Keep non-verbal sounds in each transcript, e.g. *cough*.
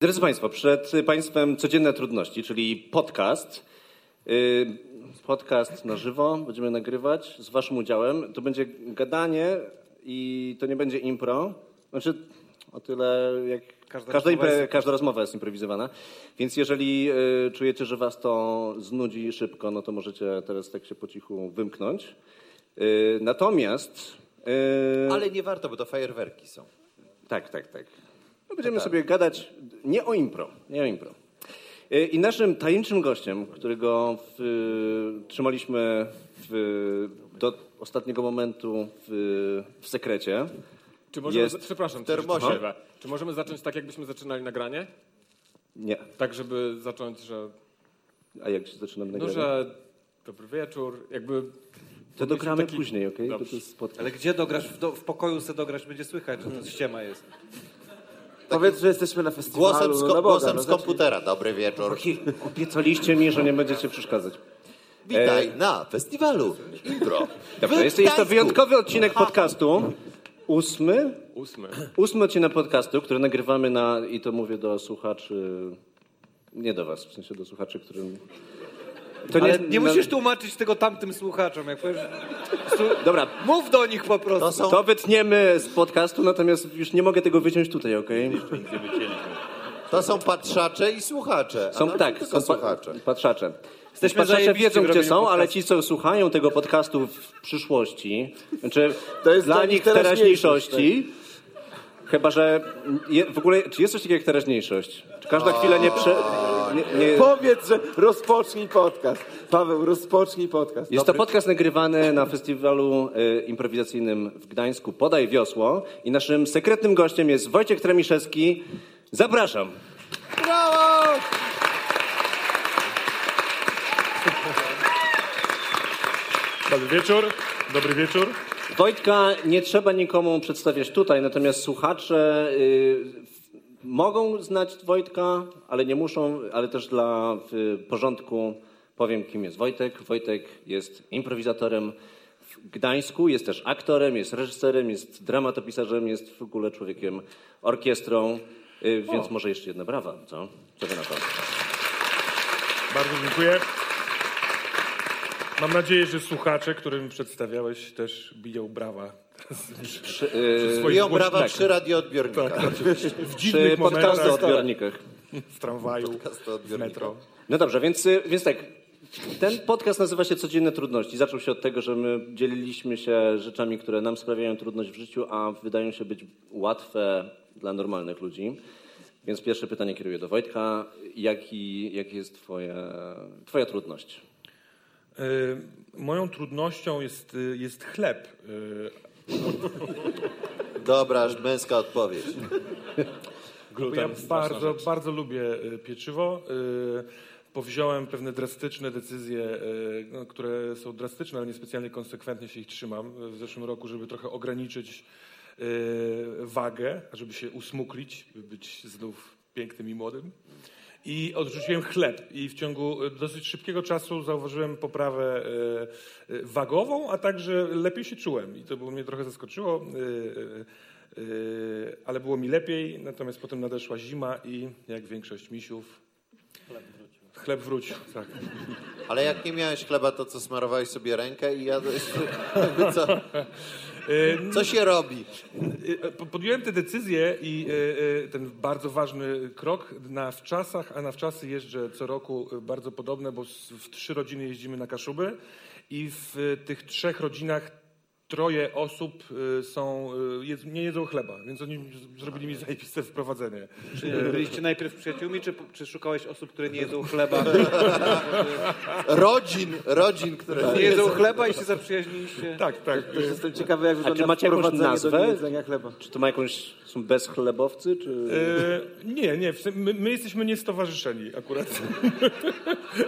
Drodzy Państwo, przed Państwem codzienne trudności, czyli podcast. Yy, Podcast na żywo będziemy nagrywać z Waszym udziałem. To będzie gadanie i to nie będzie impro. Znaczy, o tyle jak każda, każda, Każda rozmowa impre, jest- każda rozmowa jest improwizowana. Więc jeżeli yy, czujecie, że Was to znudzi szybko, no to możecie teraz tak się po cichu wymknąć. Yy, Natomiast. yy, Ale nie warto, bo to fajerwerki są. tak, tak, tak. No będziemy sobie gadać nie o impro, nie o impro. Y, I naszym tajemniczym gościem, którego w, y, trzymaliśmy w, do ostatniego momentu w, w sekrecie, Czy możemy, Jest. za- przepraszam, W termosie. czy- przerwę. Czy możemy zacząć tak, jakbyśmy zaczynali nagranie? nie, Tak, żeby zacząć, że. a jak się zaczynamy No, nagrywać? że. Dobry wieczór, jakby. to dogramy później, okej? Dobrze. To jest spotkanie. Ale gdzie dograsz? W, do, w pokoju se dograsz, będzie słychać, że to Hmm. ściema jest. Powiedz, że jesteśmy na festiwalu. Głosem, z, no ko- na Boga, głosem no z zacznij. komputera. Dobry wieczór. E, Obiecaliście mi, że nie będziecie przeszkadzać. Witaj na festiwalu. Impro. Dobrze, jest, W jest to Gdańsku. wyjątkowy odcinek podcastu. Ósmy? Ósmy. Ósmy odcinek podcastu, który nagrywamy na, i to mówię do słuchaczy, nie do was, w sensie do słuchaczy, którym... To no, Ale nie na- musisz tak- tłumaczyć tego tamtym słuchaczom, jak powiesz. Dobra, Mów do nich po prostu. To są to wytniemy z podcastu, natomiast już nie mogę tego wyciąć tutaj, okej? To są patrzacze i słuchacze. a Są nawet tak, tylko są pa- słuchacze. patrzacze. Jesteśmy patrzacze zajebiści wiedzą, w gdzie robieniu są, ale podcastu. ci, co słuchają tego podcastu w przyszłości, znaczy To jest dla dla nich nich teraźniejszości, chyba że je, w ogóle, czy jest coś takiego jak teraźniejszość? Czy każda chwila nie prze... Nie, nie, Powiedz, że rozpocznij podcast. Paweł, rozpocznij podcast. Jest to podcast nagrywany na festiwalu y, improwizacyjnym w Gdańsku Podaj Wiosło i naszym sekretnym gościem jest Wojciech Tremiszewski. Zapraszam. Dobry wieczór, dobry wieczór. Wojtka nie trzeba nikomu przedstawiać tutaj, natomiast słuchacze y, w- mogą znać Wojtka, ale nie muszą, ale też dla y, porządku powiem, kim jest Wojtek. Wojtek jest improwizatorem w Gdańsku, jest też aktorem, jest reżyserem, jest dramatopisarzem, jest w ogóle człowiekiem orkiestrą, y, więc może jeszcze jedna brawa, co? Co wy na to? Bardzo dziękuję. Mam nadzieję, że słuchacze, którym przedstawiałeś, też biją brawa. Przy, y, swoich Biją głośnych- brawa trzy radioodbiornika. W przy dziwnych podcastu momentach odbiornikach. w tramwaju, w Podcastoodbiornika. metro. No dobrze, więc, więc tak. Ten podcast nazywa się Codzienne Trudności. Zaczął się od tego, że my dzieliliśmy się rzeczami, które nam sprawiają trudność w życiu, a wydają się być łatwe dla normalnych ludzi. Więc pierwsze pytanie kieruję do Wojtka. Jaki, jaki jest twoje, twoja trudność? Y, Moją trudnością jest, y, jest chleb. Y, Dobra, aż męska odpowiedź. Bo ja bardzo, bardzo lubię y, pieczywo. y, Powziąłem pewne drastyczne decyzje, y, no, które są drastyczne, ale niespecjalnie konsekwentnie się ich trzymam. W zeszłym roku, żeby trochę ograniczyć y, wagę, żeby się usmuklić, by być znów pięknym i młodym. I odrzuciłem chleb i w ciągu y, dosyć szybkiego czasu zauważyłem poprawę y, y, wagową, a także lepiej się czułem. I to było- mnie trochę zaskoczyło. y, y, Yy, ale było mi lepiej, natomiast potem nadeszła zima i jak większość misiów. Chleb wrócił. Chleb wrócił, tak. Ale jak nie miałeś chleba, to co smarowałeś sobie rękę i jadłeś... *laughs* Jakby Co, Yy, co się robi? yy, po- Podjąłem tę decyzję i yy, yy, ten bardzo ważny krok na wczasach, a na wczasy jeżdżę co roku yy, bardzo podobne, bo s- w trzy rodziny jeździmy na Kaszuby i w yy, tych trzech rodzinach troje osób yy, są, yy, jedz- nie jedzą chleba, więc oni z- zrobili mi zajebiste wprowadzenie. Czy byliście najpierw przyjaciółmi, czy, czy szukałeś osób, które nie jedzą chleba? Rodzin, rodzin, które Nie jedzą chleba i się zaprzyjaźniliście? Tak, tak. yy, Jestem ciekawy, jak wygląda macie jakąś wprowadzenie nazwę? do jedzenia chleba. Czy to ma jakąś, są bezchlebowcy? Czy... E, nie, nie, w tym- my, my jesteśmy niestowarzyszeni akurat.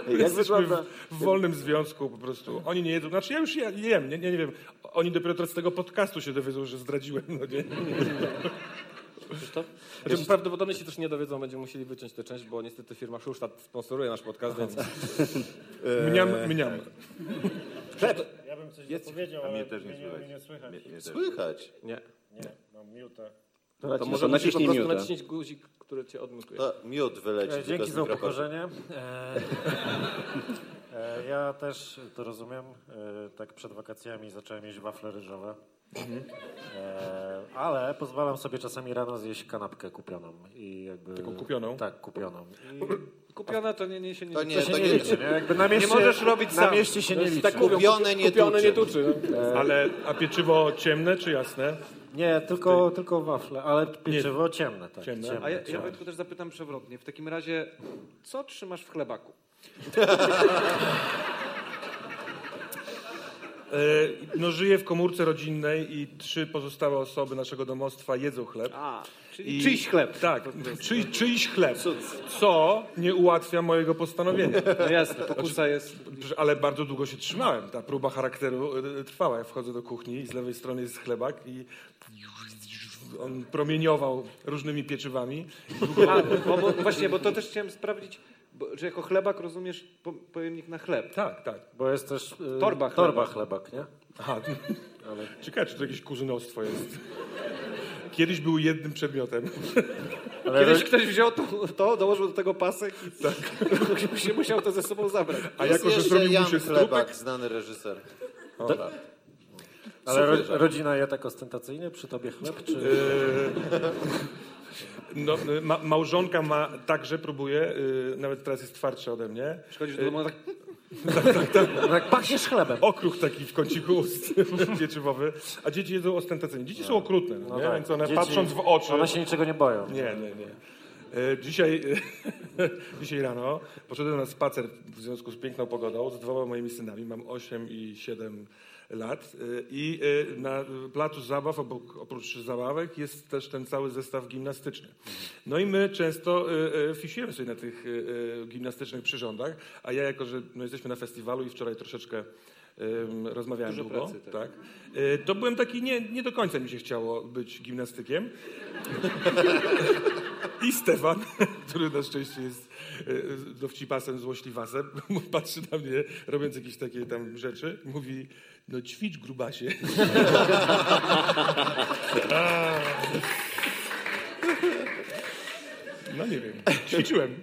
Jak jesteśmy w, wygląda... w wolnym związku po prostu. Oni nie jedzą, znaczy ja już je- jem, nie, nie, nie wiem. Oni dopiero teraz z tego podcastu się dowiedzą, że zdradziłem, no nie. Krzysztof? Znaczy, prawdopodobnie się też nie dowiedzą, będziemy musieli wyciąć tę część, bo niestety firma Szulsztat sponsoruje nasz podcast, więc Mniam, mniam. Ja bym coś dopowiedział, ale mnie też nie mnie, słychać. mnie nie słychać. No, Mnie- mnie też. Słychać. nie. Nie, mam miutę. To To może musisz po naciśnij prostu miutę. naciśnić guzik, który cię odmutuje. To miód wyleci. E, tylko Dzięki z za mikrofonu. upokorzenie. *laughs* E, e, Ja też to rozumiem. E, Tak przed wakacjami zacząłem jeść wafle ryżowe. E, Ale pozwalam sobie czasami rano zjeść kanapkę kupioną. I jakby, Taką kupioną? Tak, kupioną. Kupiona to nie, nie się nie... To To nie, się to nie nie liczy, nie? Jakby na mieście, Nie możesz robić na sam. mieście się nie liczy. tak mówią, Kupione nie kupione nie tuczy. tuczy. no. Ale a pieczywo ciemne czy jasne? Nie, tylko, tylko wafle, ale pieczywo ciemne. Tak, Ciemne. ciemne. A ja, ja ciemne. Wojtku też zapytam przewrotnie. W takim razie, co trzymasz w chlebaku? E, No, żyję w komórce rodzinnej i trzy pozostałe osoby naszego domostwa jedzą chleb. A, czyli I- czyjś chleb. Tak, czy, czyjś chleb, co nie ułatwia mojego postanowienia. No jasne, pokusa jest... Prze- Ale bardzo długo się trzymałem. Ta próba charakteru y, trwała. Ja wchodzę do kuchni i z lewej strony jest chlebak i on promieniował różnymi pieczywami. *laughs* A, bo, bo, właśnie, bo to też chciałem sprawdzić, bo, że jako chlebak rozumiesz po, pojemnik na chleb. Tak, tak. Bo jest też e, Torba chlebak. torba chlebak, nie? Aha. Ciekawe, czy to jakieś kurzynostwo jest. Kiedyś był jednym przedmiotem. Ale Kiedyś ktoś wziął to, to dołożył do tego pasek i tak. się *laughs* musiał to ze sobą zabrać. A Jest jako, że jeszcze zrobił mu Jan się strupek, Chlebak, znany reżyser. tak. Ale ro, rodzina je tak ostentacyjnie? Przy tobie chleb? Czy... *laughs* No, y, ma, małżonka ma także próbuje, y, nawet teraz jest twardsza ode mnie. Przychodzisz do domu tak... Jak pachniesz chlebem. Okruch taki w kąciku ust *laughs* pieczywowy, a dzieci jedzą ostentacyjnie. Dzieci są okrutne, no, nie? tak. więc one Dzieci- patrząc w oczy... One się niczego nie boją. Nie, nie, nie. E, Dzisiaj, *laughs* dzisiaj rano poszedłem na spacer w związku z piękną pogodą z dwoma moimi synami. Mam 8 i 7 lat. E, I e, na placu zabaw, obok, oprócz zabawek, jest też ten cały zestaw gimnastyczny. No i my często e, e, fisiujemy sobie na tych e, e, gimnastycznych przyrządach, a ja jako, że no, jesteśmy na festiwalu i wczoraj troszeczkę em, rozmawiałem długo, pracy, tak. E, to byłem taki, nie, nie do końca mi się chciało być gimnastykiem. I Stefan, *laughs* który na szczęście jest e, dowcipasem, złośliwasem, *laughs* patrzy na mnie, robiąc jakieś takie tam rzeczy, mówi, no ćwicz grubasie. *laughs* A. No nie wiem, ćwiczyłem.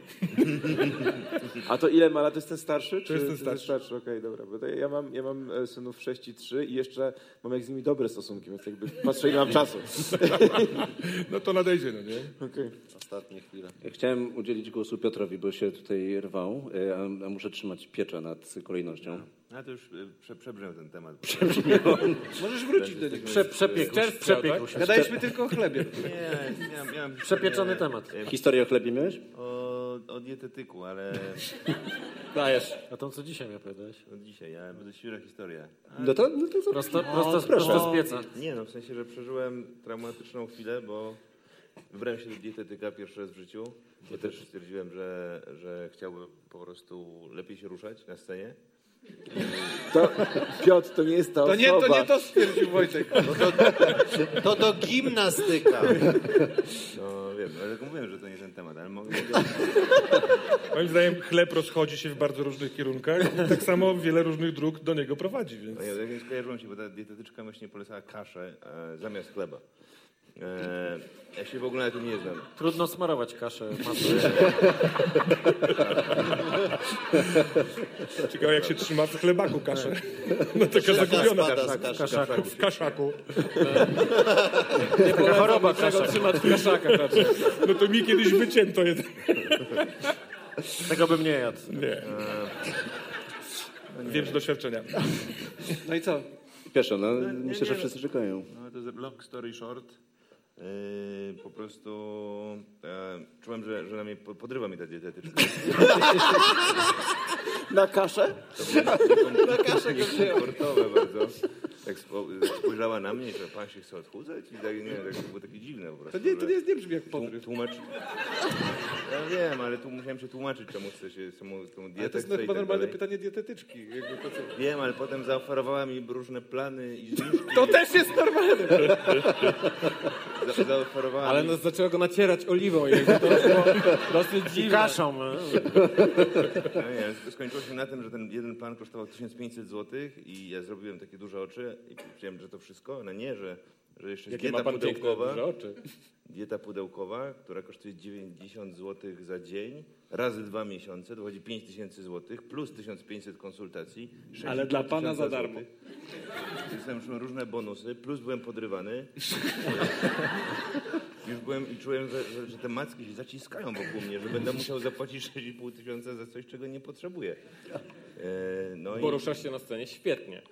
A to ile ma lat? To jest ten starszy? Czy jest ten starszy. starszy? Okej, dobra. Bo to ja mam, ja mam e, synów 6 i 3 i jeszcze mam jak z nimi dobre stosunki, więc jakby patrzę ile mam *laughs* czasu. No to nadejdzie, no nie? Okej. Ostatnie chwile. Chciałem udzielić głosu Piotrowi, bo się tutaj rwał, y, a- a muszę trzymać pieczę nad kolejnością. No to już y, prze, przebrzmiał ten temat. Możesz wrócić do niego. Prze, przepiekł, się, przepiekł się. Gadaliśmy tylko o chlebie. Nie, miałem, miałem Przepieczony nie, temat. y, Historię o chlebie miałeś? O, o dietetyku, ale Dajesz. A to co dzisiaj mi opowiadałeś? no dzisiaj, ale będę świra historia. No to, no to Prosto, prosto, proszę. prosto z pieca. Nie no, w sensie, że przeżyłem traumatyczną chwilę, bo wybrałem się do dietetyka pierwszy raz w życiu, bo też stwierdziłem, że, że chciałbym po prostu lepiej się ruszać na scenie. To, Piotr, to nie jest ta To nie, osoba. to nie to stwierdził Wojtek. To do gimnastyka. No wiem, ale tylko mówiłem, że to nie ten temat, ale mogę... Moim zdaniem chleb rozchodzi się w bardzo różnych kierunkach i tak samo wiele różnych dróg do niego prowadzi, więc... No ja tak nie skojarzyłem się, bo ta dietetyczka właśnie polecała kaszę e, zamiast chleba. E, ja się w ogóle na tym nie znam. Trudno smarować kaszę. masło. Ciekawe jak się trzyma w chlebaku kaszę. No taka Taka zagubiona. spada z kaszy. W kaszaku. Taka choroba kasza. Trzyma kaszaka raczej. No to mi kiedyś wycięto jeden. Tego bym nie jadł. Nie. Wiem z doświadczenia. No i co? Pieszo, no, nie, myślę, że nie, wszyscy czekają. No to jest long story short. Yy, po prostu e, czułem, że, że na mnie po- podrywa mi ta dietetyczka. Na kaszę? Niekomfortowe bardzo. Tak spo, spojrzała na mnie, że pan się chce odchudzać i tak, nie wiem, tak, było takie dziwne po prostu. To nie, to że nie, nie brzmi jak tłum- podryw. Tłumacz... Ja wiem, ale tu musiałem się tłumaczyć, czemu chcę się czemu tą dietę to jest chcę i chyba tak normalne dalej. pytanie dietetyczki. Jakby to, co... Wiem, ale potem zaoferowała mi różne plany i zniżki. to też jest normalne. Za, zaoferowała Ale mi... no, zaczęła go nacierać oliwą. Jakby to było dosyć I dziwne. kaszą. e, No nie, to skończyło się na tym, że ten jeden plan kosztował 1500 zł i ja zrobiłem takie duże oczy i powiedziałem, że to wszystko. Ona nie, że, że jeszcze jest Jakie ma dieta pan piękne pudełkowa. duże oczy. Dieta pudełkowa, która kosztuje 90 zł za dzień, razy dwa miesiące, dochodzi 5000 zł, plus 1500 konsultacji. Ale dla pana za 6000 darmo. złotych. Więc tam już różne bonusy, plus byłem *laughs* podrywany. Już byłem i czułem, że, że, że te macki się zaciskają wokół mnie, że będę musiał zapłacić 6,5 tysiąca za coś, czego nie potrzebuję. E, no i... Poruszasz się na scenie świetnie.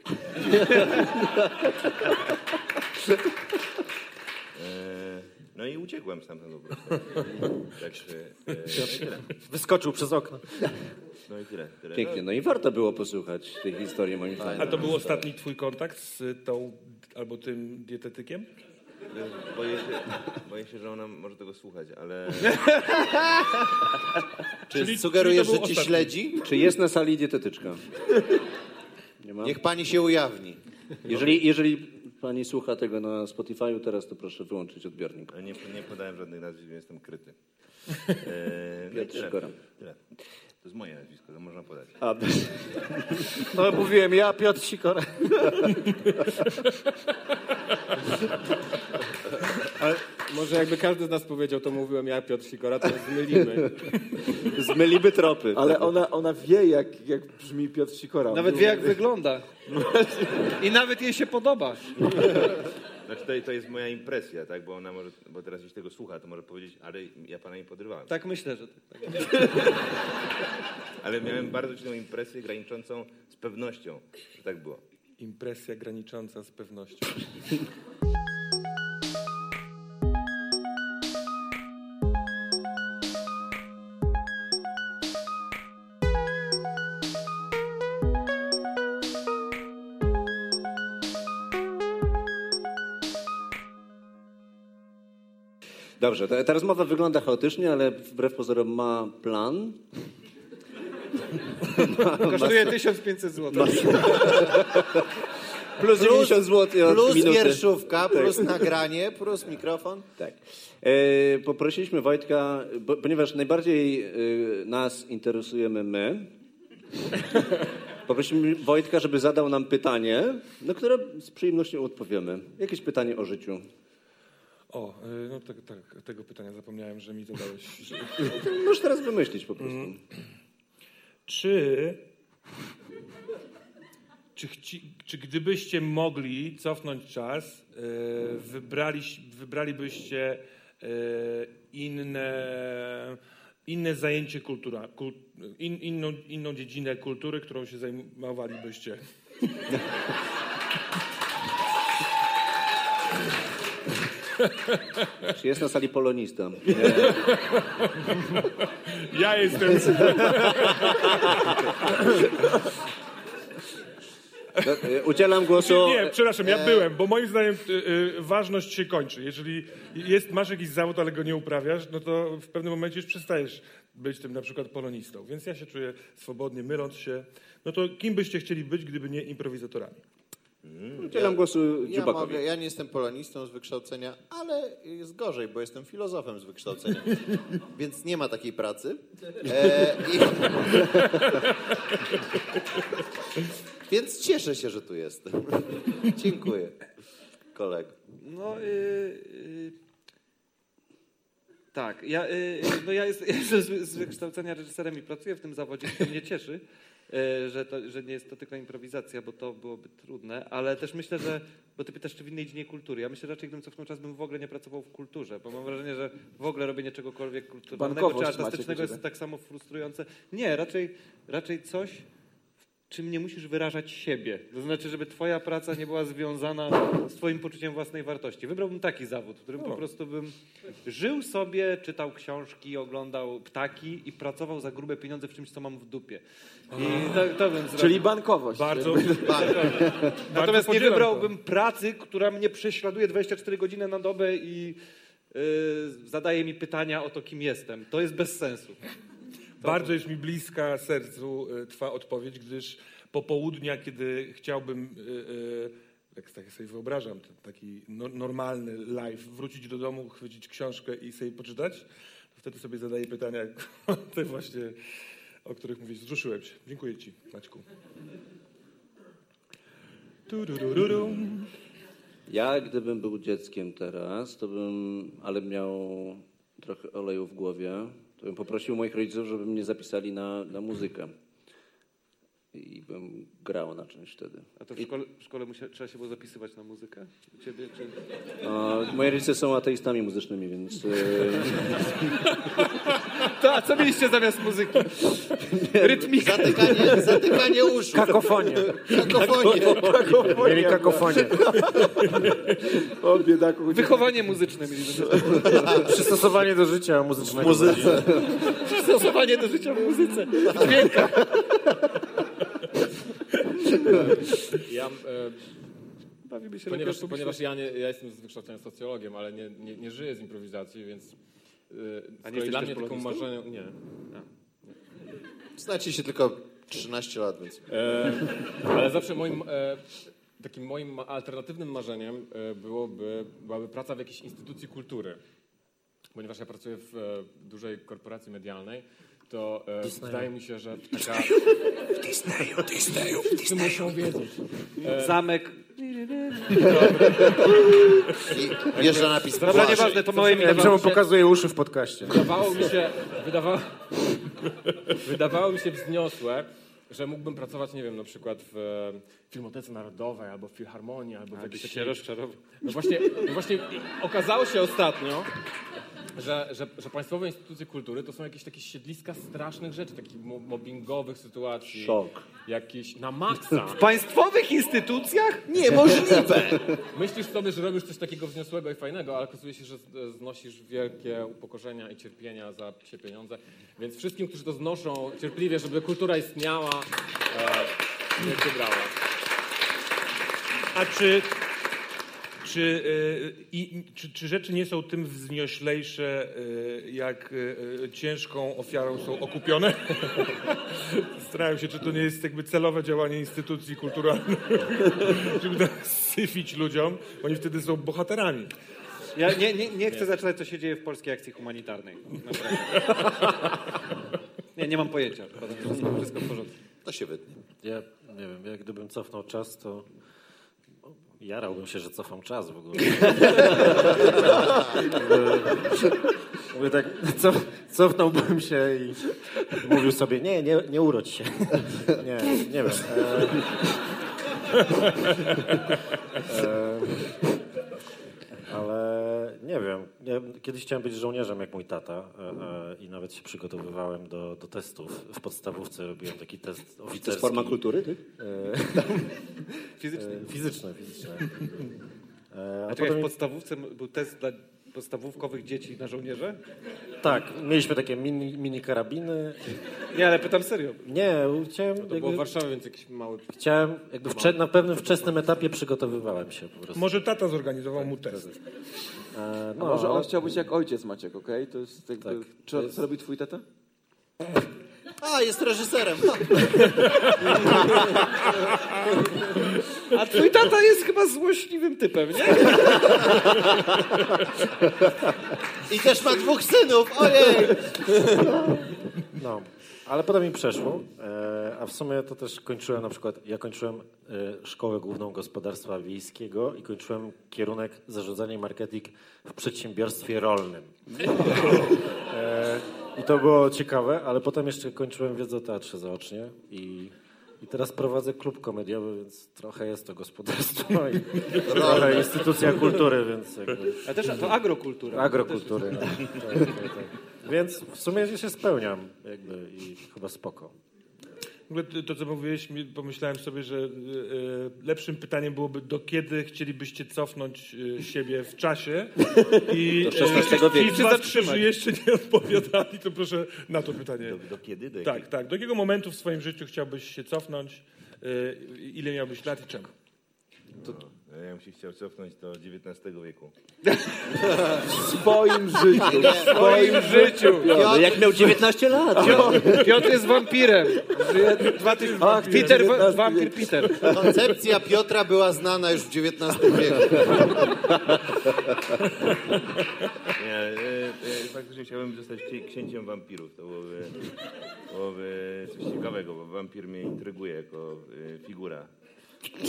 E, No i uciekłem stamtąd po *laughs* prostu. Także, e, no i tyle. Wyskoczył przez okno. No i tyle. tyle. Pięknie. No i warto było posłuchać tej historii moim Tak. A zdaniem. to był ostatni twój kontakt z tą albo tym dietetykiem? No, boję, się, boję się, że ona może tego słuchać, ale Czy czyli sugerujesz, to był że ci ostatni. śledzi? Czy jest na sali dietetyczka? Nie No. ma? Niech pani się ujawni. Jeżeli, jeżeli pani słucha tego na Spotify'u teraz, to proszę wyłączyć odbiornik. nie, nie podałem żadnych nazwisk, więc jestem kryty. E, no i Piotr tyle, Sikora. tyle. To jest moje nazwisko, to można podać. A, *laughs* No mówiłem, ja Piotr Sikora. Ale może jakby każdy z nas powiedział, to mówiłem ja, Piotr Sikora, to nas zmylimy. zmyliby tropy. Ale ona, ona wie, jak, jak brzmi Piotr Sikora. Nawet wie jak wygląda. I nawet jej się podoba. Znaczy to, to jest moja impresja, tak? Bo ona może, bo teraz jeśli tego słucha, to może powiedzieć, ale ja pana nie podrywałem. Tak myślę, że tak. Ale miałem bardzo silną impresję graniczącą z pewnością, że tak było. Impresja granicząca z pewnością. Dobrze, ta, ta rozmowa wygląda chaotycznie, ale wbrew pozorom ma plan. Kosztuje 1500 zł. Plus 90 zł od Plus minuty. Tak. wierszówka, plus nagranie, plus mikrofon. Tak. E, poprosiliśmy Wojtka, bo, ponieważ najbardziej e, nas interesujemy my, *laughs* poprosiliśmy Wojtka, żeby zadał nam pytanie, na które z przyjemnością odpowiemy. Jakieś pytanie o życiu. O, y, no tak, tak, tego pytania zapomniałem, że mi zadałeś. Że- Możesz teraz wymyślić po prostu. Mm. Czy, czy, chci, czy gdybyście mogli cofnąć czas, y, wybrali, wybralibyście y, inne, inne zajęcie kultura, kul, in, inną, inną dziedzinę kultury, którą się zajmowalibyście? Czy jest na sali polonista? Ja jestem. E, Udzielam głosu. Nie, przepraszam, ja byłem, bo moim zdaniem y, y, ważność się kończy. Jeżeli jest, masz jakiś zawód, ale go nie uprawiasz, no to w pewnym momencie już przestajesz być tym na przykład polonistą. Więc ja się czuję swobodnie, myląc się. No to kim byście chcieli być, gdyby nie improwizatorami? Udzielam głosu Ja, Dziubakowi. mogę, ja nie jestem polonistą z wykształcenia, ale jest gorzej, bo jestem filozofem z wykształcenia. Więc *laughs* nie ma takiej pracy. E, i... *laughs* Więc cieszę się, że tu jestem. *laughs* Dziękuję, kolego. No, y, y, tak. Ja, y, y, no ja, jest, *laughs* ja jestem z, z wykształcenia reżyserem i pracuję w tym zawodzie, to mnie cieszy, y, że, to, że nie jest to tylko improwizacja, bo to byłoby trudne, ale też myślę, że, bo ty pytasz, czy w innej dziedzinie kultury. Ja myślę, że raczej gdybym cofnął czas, bym w ogóle nie pracował w kulturze, bo mam wrażenie, że w ogóle robienie czegokolwiek kulturalnego czy Bankowość macie artystycznego u ciebie. jest tak samo frustrujące. Nie, raczej, raczej coś, czym nie musisz wyrażać siebie. To znaczy, żeby twoja praca nie była związana z twoim poczuciem własnej wartości. Wybrałbym taki zawód, w którym po prostu bym żył sobie, czytał książki, oglądał ptaki i pracował za grube pieniądze w czymś, co mam w dupie. I to, to bym zrobił. Czyli bankowość. Bardzo. Natomiast nie podzielam to. wybrałbym pracy, która mnie prześladuje 24 godziny na dobę i y, zadaje mi pytania o to, kim jestem. To jest bez sensu. Bardzo jest mi bliska sercu y, Twa odpowiedź, gdyż po południa, kiedy chciałbym, y, y, jak tak sobie wyobrażam, ten taki no, normalny live, wrócić do domu, chwycić książkę i sobie poczytać, to wtedy sobie zadaję pytania, *laughs* te właśnie, o których mówisz. Zruszyłem się. Dziękuję Ci, Maćku. Tudurururum. Ja gdybym był dzieckiem teraz, to bym, ale miał trochę oleju w głowie, to bym poprosił moich rodziców, żeby mnie zapisali na, na muzykę. I bym grał na czymś wtedy. A to w szkole, w szkole musia, trzeba się było zapisywać na muzykę? U Ciebie, czy... No, moi rodzice są ateistami muzycznymi, więc e, To, a co mieliście zamiast muzyki? Rytmika. Zatykanie, zatykanie uszu. Kakofonie. Kakofonie. Mieli kakofonię. O, biedaku. chodzi- Wychowanie muzyczne mieli zamiast Przystosowanie do życia muzycznego. Przystosowanie do życia w muzyce. W dźwiękach. *laughs* Ja, e, Bawimy się ponieważ, lepiej ponieważ ja, nie, ja jestem z wykształcenia socjologiem, ale nie, nie, nie żyję z improwizacji, więc... A A nie nie jesteś dla też mnie taką polonistą? marzeniem... Nie. Znacie się tylko 13 lat, więc E, ale zawsze moim e, takim moim ma- alternatywnym marzeniem e, byłoby, byłaby praca w jakiejś instytucji kultury. Ponieważ ja pracuję w e, dużej korporacji medialnej, to e, wydaje mi się, że taka... *laughs* W Disneyu, Disneyu, Disneyu. muszą wiedzieć. publiczne. Zamek. I jeżdża napis Dobra, Błażej. nieważne, to małe mi Ja czemu pokazuje uszy w podcaście? Wydawało mi się, wydawało, *laughs* wydawało mi się wzniosłe, że mógłbym pracować, nie wiem, na przykład w e, Filmotece Narodowej, albo w Filharmonii, albo w jakiejś takiej rozczarował. No właśnie, no właśnie okazało się ostatnio, że, że, że państwowe instytucje kultury to są jakieś takie siedliska strasznych rzeczy, takich mo- mobbingowych sytuacji. szok. Jakieś na maksa. W państwowych instytucjach? Niemożliwe. Myślisz sobie, że robisz coś takiego wzniosłego i fajnego, ale okazuje się, że z- e, znosisz wielkie upokorzenia i cierpienia za psie pieniądze. Więc wszystkim, którzy to znoszą cierpliwie, żeby kultura istniała, e, niech się brała. A czy, czy, y, i, czy, czy rzeczy nie są tym wznioślejsze, y, jak y, y, ciężką ofiarą są okupione? *laughs* Starałem się, czy to nie jest jakby celowe działanie instytucji kulturalnych, *laughs* żeby tam syfić ludziom. Oni wtedy są bohaterami. Ja nie, nie, nie chcę zaczynać, co się dzieje w polskiej akcji humanitarnej. Naprawdę. Nie, nie mam pojęcia. Potem Wszystko w porządku. To się wytnie. Ja nie wiem, ja gdybym cofnął czas, to jarałbym się, że cofam czas w ogóle. Mówię tak, co, cofnąłbym się i mówił sobie, nie, nie, nie urodź się. Nie, nie wiem. E, e, ale nie wiem. Ja kiedyś chciałem być żołnierzem jak mój tata e, e, i nawet się przygotowywałem do, do testów. W podstawówce robiłem taki test oficerski. To jest forma kultury, tak? ty? Fizycznie. E, Fizyczne, fizyczne. E, A A czekaj, potem, w podstawówce m- był test dla podstawówkowych dzieci na żołnierze? tak, mieliśmy takie mini, mini karabiny. Nie, ale pytam serio. Nie, chciałem, To było w jakby, Warszawie, więc jakiś mały... chciałem jakby wcze, na pewnym wczesnym etapie przygotowywałem się po prostu. Może tata zorganizował mu test. E, A no, może on ale, chciał być jak ojciec Maciek, okej? To jest jakby... Tak. Czy on, co robi twój tata? A, jest reżyserem. A twój tata jest chyba złośliwym typem, nie? I też ma dwóch synów. Ojej. no, ale potem mi przeszło. E, a w sumie to też kończyłem na przykład, ja kończyłem e, Szkołę Główną Gospodarstwa Wiejskiego i kończyłem kierunek zarządzanie i marketing w przedsiębiorstwie rolnym. E, I to było ciekawe, ale potem jeszcze kończyłem wiedzę o teatrze zaocznie i, i teraz prowadzę klub komediowy, więc trochę jest to gospodarstwo i trochę instytucja kultury, więc jakby A też to agrokultura. agrokultury. no. Tak, tak, tak. Więc w sumie się spełniam jakby i chyba spoko. W ogóle to- to, co mówiłeś, mi- pomyślałem sobie, że y, y, lepszym pytaniem byłoby, do kiedy chcielibyście cofnąć y, siebie w czasie? I, e, do XVI wieku. I czy zatrzymać? jeszcze nie odpowiadali, to proszę na to pytanie. Do kiedy? Do Tak, tak. Do jakiego momentu w E, swoim życiu chciałbyś się cofnąć? Y, Ile miałbyś lat i czego? E, E, Ja bym się chciał cofnąć do XIX wieku. W *laughs* swoim życiu. W swoim życiu. No, jak *laughs* miał 19 lat. Piotr jest wampirem. Żyje dwa tysiące- Ach, ty, Peter, wa- 19 wampir Peter. Koncepcja Piotra była znana już w XIX wieku. Nie, e, e, faktycznie chciałbym zostać księ- księciem wampirów. To byłoby, byłoby coś ciekawego, bo wampir mnie intryguje jako e, figura.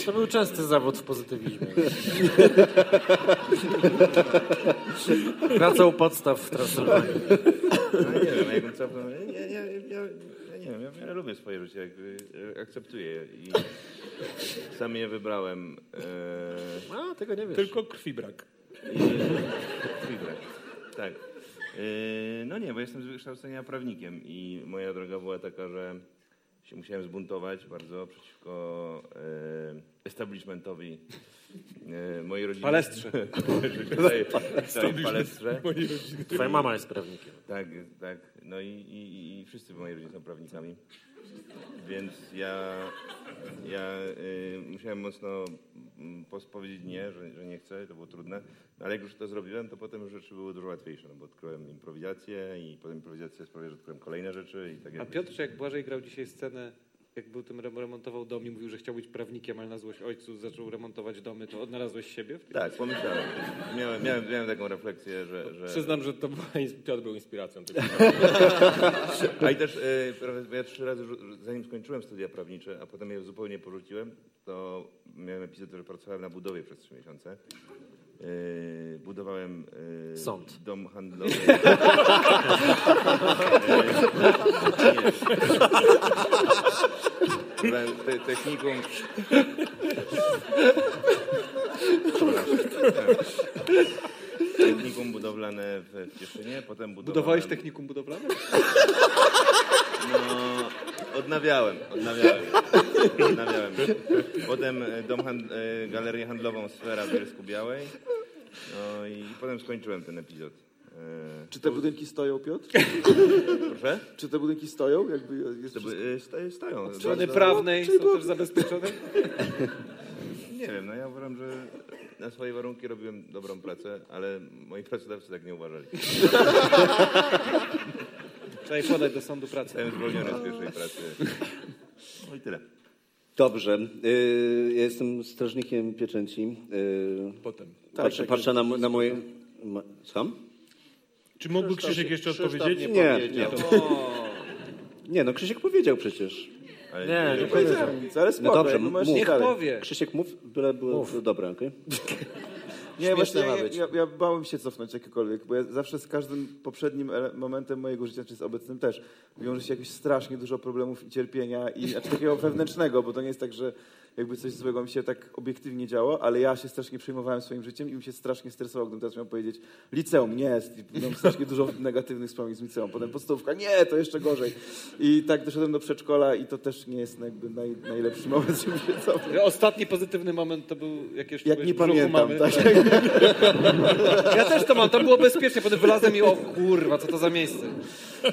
To był częsty zawód w pozytywizmie. Praca u podstaw w Transylwanii. No nie wiem, jakbym cofnął. Ja, ja, ja, ja, ja nie wiem, ja, ja lubię swoje życie, jakby e, akceptuję je i sam je wybrałem. E, A, tego nie wiesz. Tylko krwi brak. Fibre. Tak. Yy, No nie, bo jestem z wykształcenia prawnikiem i moja droga była taka, że się musiałem zbuntować bardzo przeciwko yy, establishmentowi yy, mojej rodziny. *laughs* *laughs* Palestrze. Tutaj- tutaj w Palestrze. Twoja mama jest prawnikiem. Tak, tak. No i, i, i- i wszyscy w mojej rodzinie są prawnikami. Więc ja, ja y, musiałem mocno mm, pos- powiedzieć nie, że, że nie chcę, to było trudne. No, ale jak już to zrobiłem, to potem rzeczy były dużo łatwiejsze, no, bo odkryłem improwizację i potem improwizacja sprawia, że odkryłem kolejne rzeczy i tak A jakby- Piotr, jak Błażej grał dzisiaj scenę, jak był tym remontował dom i mówił, że chciał być prawnikiem, ale na złość ojcu zaczął remontować domy, to odnalazłeś siebie? w tym? Tak, pomyślałem. Miałem, miałem, miałem taką refleksję, że... że... Przyznam, że to była, ins- Piotr był inspiracją. tego. A i też e, profe- bo ja trzy razy, rzu- zanim skończyłem studia prawnicze, a potem je zupełnie porzuciłem, to miałem epizod, że pracowałem na budowie przez trzy miesiące. E, budowałem e, Sąd. dom handlowy. E, nie. Byłem te, technikum. Technikum budowlane w w Cieszynie, potem budowałem... Budowałeś technikum budowlane? No, odnawiałem, odnawiałem. odnawiałem. Potem e, dom hand, e, galerię handlową Sfera w Bielsku Białej. No i potem skończyłem ten epizod. E, Czy te budynki stoją, Piotr? proszę? Czy te budynki stoją? Jakby jest To, by- e, sta- stają. Strony Bardzo- prawnej są też zabezpieczone? Nie wiem, no ja uważam, że na swoje warunki robiłem dobrą pracę, ale moi pracodawcy tak nie uważali. *laughs* Trzeba je podać do sądu pracy. Zostałem zwolniony z pierwszej pracy. No i tyle. Dobrze. Y, ja jestem strażnikiem pieczęci. Y, Potem. patrzę patrzę na, mo- na moje... Ma, słucham? Czy mógłby Krzysiek jeszcze Krzysztof odpowiedzieć? Nie, Nie, powiedział. Nie, no Krzysiek powiedział przecież. Ale Nie, nie powiedziałem nic, ale spoko, No dobrze, jakby możesz mów. iść Niech dalej. Powie. Krzysiek, mów, byle było dobre, okej? Nie, właśnie ma ja, być. ja, ja bałem się cofnąć jakiekolwiek, bo ja zawsze z każdym poprzednim ele- momentem mojego życia, czy z obecnym też, wiąże się jakoś strasznie dużo problemów i *laughs* cierpienia, i znaczy takiego wewnętrznego, bo to nie jest tak, że jakby coś złego mi się tak obiektywnie działo, ale ja się strasznie przejmowałem swoim życiem i mi się strasznie stresował, gdybym teraz miał powiedzieć liceum, nie, jest, i mam strasznie dużo *laughs* negatywnych wspomnień z liceum, potem podstawówka, nie, to jeszcze gorzej. I tak doszedłem do przedszkola i to też nie jest jakby naj, najlepszy *laughs* moment, żeby się cofnąć. Ostatni pozytywny moment to był, jak jeszcze Jak byłeś nie w brzuchu pamiętam, mamy. tak? Ja też to mam, tam było bezpiecznie, potem wylazłem i o kurwa, co to za miejsce.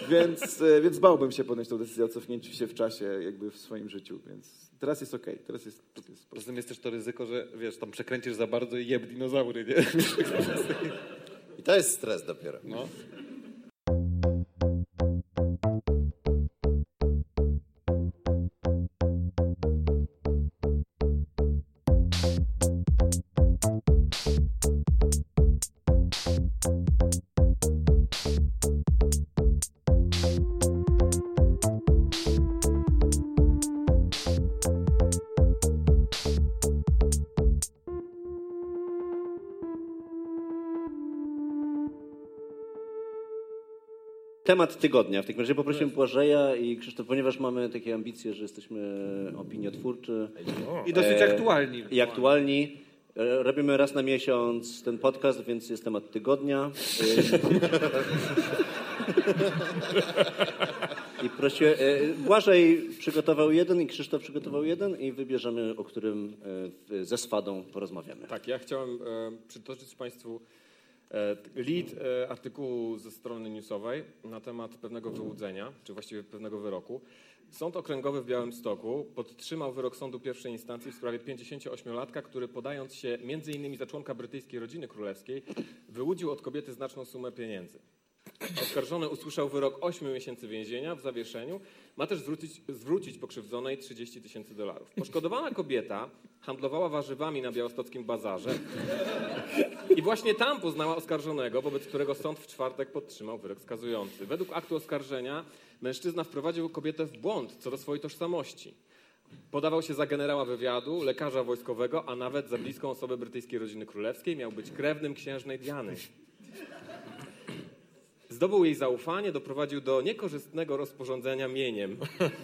Więc, e, więc bałbym się podjąć tą decyzję o cofnięciu się w czasie, jakby w swoim życiu, więc teraz jest okej, teraz jest, teraz jest spoko. Poza tym jest też to ryzyko, że wiesz, tam przekręcisz za bardzo i jeb dinozaury, nie? I to jest stres dopiero. No. Temat tygodnia. W takim razie poprosiłem Błażeja i Krzysztof, ponieważ mamy takie ambicje, że jesteśmy opiniotwórczy I dosyć E, aktualni. i aktualni. E, Robimy raz na miesiąc ten podcast, więc jest temat tygodnia. E, *laughs* I prosiłem, e, Błażej przygotował jeden i Krzysztof przygotował jeden i wybierzemy, o którym e, w- ze swadą porozmawiamy. Tak, ja chciałem e, przytoczyć Państwu E, t- Lead e, artykułu ze strony newsowej na temat pewnego wyłudzenia, czy właściwie pewnego wyroku. Sąd okręgowy w Białymstoku podtrzymał wyrok sądu pierwszej instancji w sprawie 58-latka, który podając się m.in. za członka brytyjskiej rodziny królewskiej, wyłudził od kobiety znaczną sumę pieniędzy. Oskarżony usłyszał wyrok 8 miesięcy więzienia w zawieszeniu. Ma też zwrócić, zwrócić pokrzywdzonej 30 tysięcy dolarów. Poszkodowana kobieta handlowała warzywami na białostockim bazarze i właśnie tam poznała oskarżonego, wobec którego sąd w czwartek podtrzymał wyrok skazujący. Według aktu oskarżenia mężczyzna wprowadził kobietę w błąd co do swojej tożsamości. Podawał się za generała wywiadu, lekarza wojskowego, a nawet za bliską osobę brytyjskiej rodziny królewskiej. Miał być krewnym księżnej Diany. Zdobył jej zaufanie, doprowadził do niekorzystnego rozporządzenia mieniem,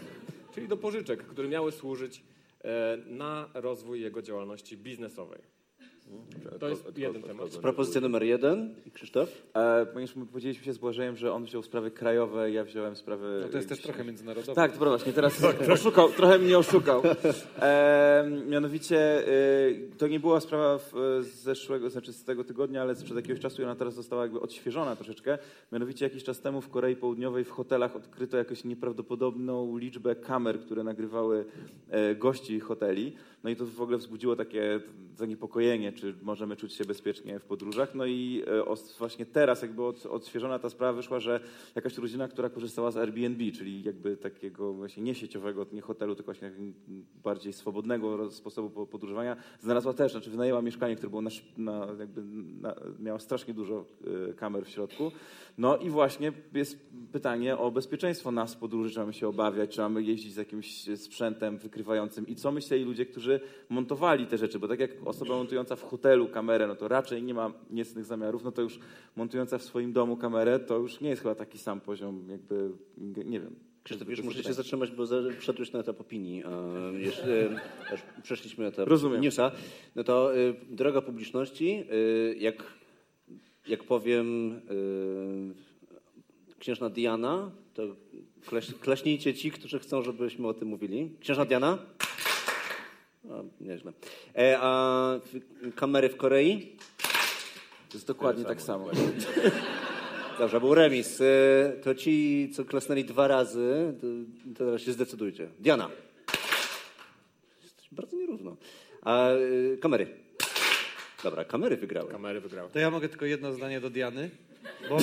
*laughs* czyli do pożyczek, które miały służyć e, na rozwój jego działalności biznesowej. To jest jeden temat. Propozycja numer jeden. Krzysztof? E, ponieważ my podzieliliśmy się z Błażejem, że on wziął sprawy krajowe, ja wziąłem sprawy... No to jest też trochę międzynarodowe. Tak, dobra, właśnie, teraz oszukał, trochę mnie oszukał. E, mianowicie y, to nie była sprawa w, z zeszłego, znaczy z tego tygodnia, ale sprzed jakiegoś czasu i ona teraz została jakby odświeżona troszeczkę. Mianowicie jakiś czas temu w Korei Południowej w hotelach odkryto jakąś nieprawdopodobną liczbę kamer, które nagrywały e, gości hoteli. No i to w ogóle wzbudziło takie zaniepokojenie, czy możemy czuć się bezpiecznie w podróżach. No i e, os- właśnie teraz jakby od, odświeżona ta sprawa wyszła, że jakaś rodzina, która korzystała z Airbnb, czyli jakby takiego właśnie nie sieciowego, nie hotelu, tylko właśnie mm, bardziej swobodnego roz- sposobu po- podróżowania, znalazła też, znaczy wynajęła mieszkanie, które było na, sz- na, jakby na, miało strasznie dużo e, kamer w środku. No i właśnie jest pytanie o bezpieczeństwo nas w podróży, czy mamy się obawiać, czy mamy jeździć z jakimś sprzętem wykrywającym i co myśleli ludzie, którzy montowali te rzeczy, bo tak jak osoba montująca w hotelu kamerę, no to raczej nie ma niecnych zamiarów, no to już montująca w swoim domu kamerę, to już nie jest chyba taki sam poziom jakby, nie wiem. Krzysztof, Jakby już to muszę jest się zatrzymać, bo za- wszedłeś na etap opinii. a Jeszcze, aż przeszliśmy etap Rozumiem. newsa. No to y, droga publiczności, y, jak, jak powiem y, księżna Diana, to klaś, klaśnijcie ci, którzy chcą, żebyśmy o tym mówili. Księżna Diana? A, nieźle. E, a w- kamery w Korei? E, To jest dokładnie tak samo. Dobrze, był remis. Y, To ci, co klasnęli dwa razy, to, to teraz się zdecydujcie. Diana. Jesteś Bardzo nierówno. A y, kamery. Dobra, kamery wygrały. Kamery wygrały. To ja mogę tylko jedno zdanie do Diany. *laughs* Bo,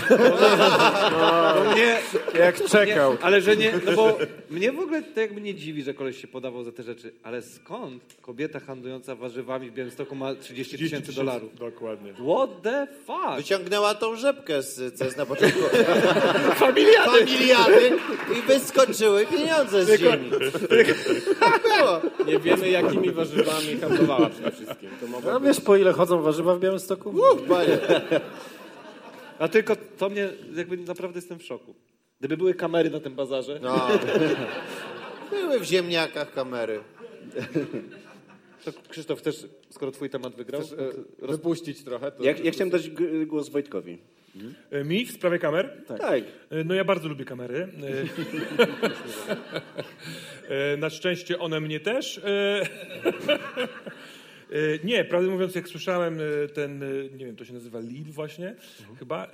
No nie. Jak nie, czekał. ale że nie, no bo mnie w ogóle to jakby nie dziwi, że koleś się podawał za te rzeczy, ale skąd kobieta handlująca warzywami w Białymstoku ma 30 tysięcy dolarów? Dokładnie. What the fuck? Wyciągnęła tą rzepkę, z, co jest na początku. Familiady! Familiady i wyskoczyły pieniądze z ziemi. Tak było. Nie wiemy, jakimi warzywami handlowała przede wszystkim. To mogło No A wiesz po ile chodzą warzywa w Białymstoku? Uch, panie. A tylko to mnie, jakby naprawdę jestem w szoku. Gdyby były kamery na tym bazarze, No. Były w ziemniakach kamery. to Krzysztof też, skoro twój temat wygrał, Chcesz, e, rozpuścić trochę. To Ja, ja chciałem dać g- głos Wojtkowi. E, Mi w sprawie kamer? Tak. E, *laughs* No ja bardzo lubię kamery. E, e, Na szczęście one mnie też. E, *laughs* e, Nie, prawdę mówiąc, jak słyszałem e, ten, e, nie wiem, to się nazywa lead właśnie, chyba, e,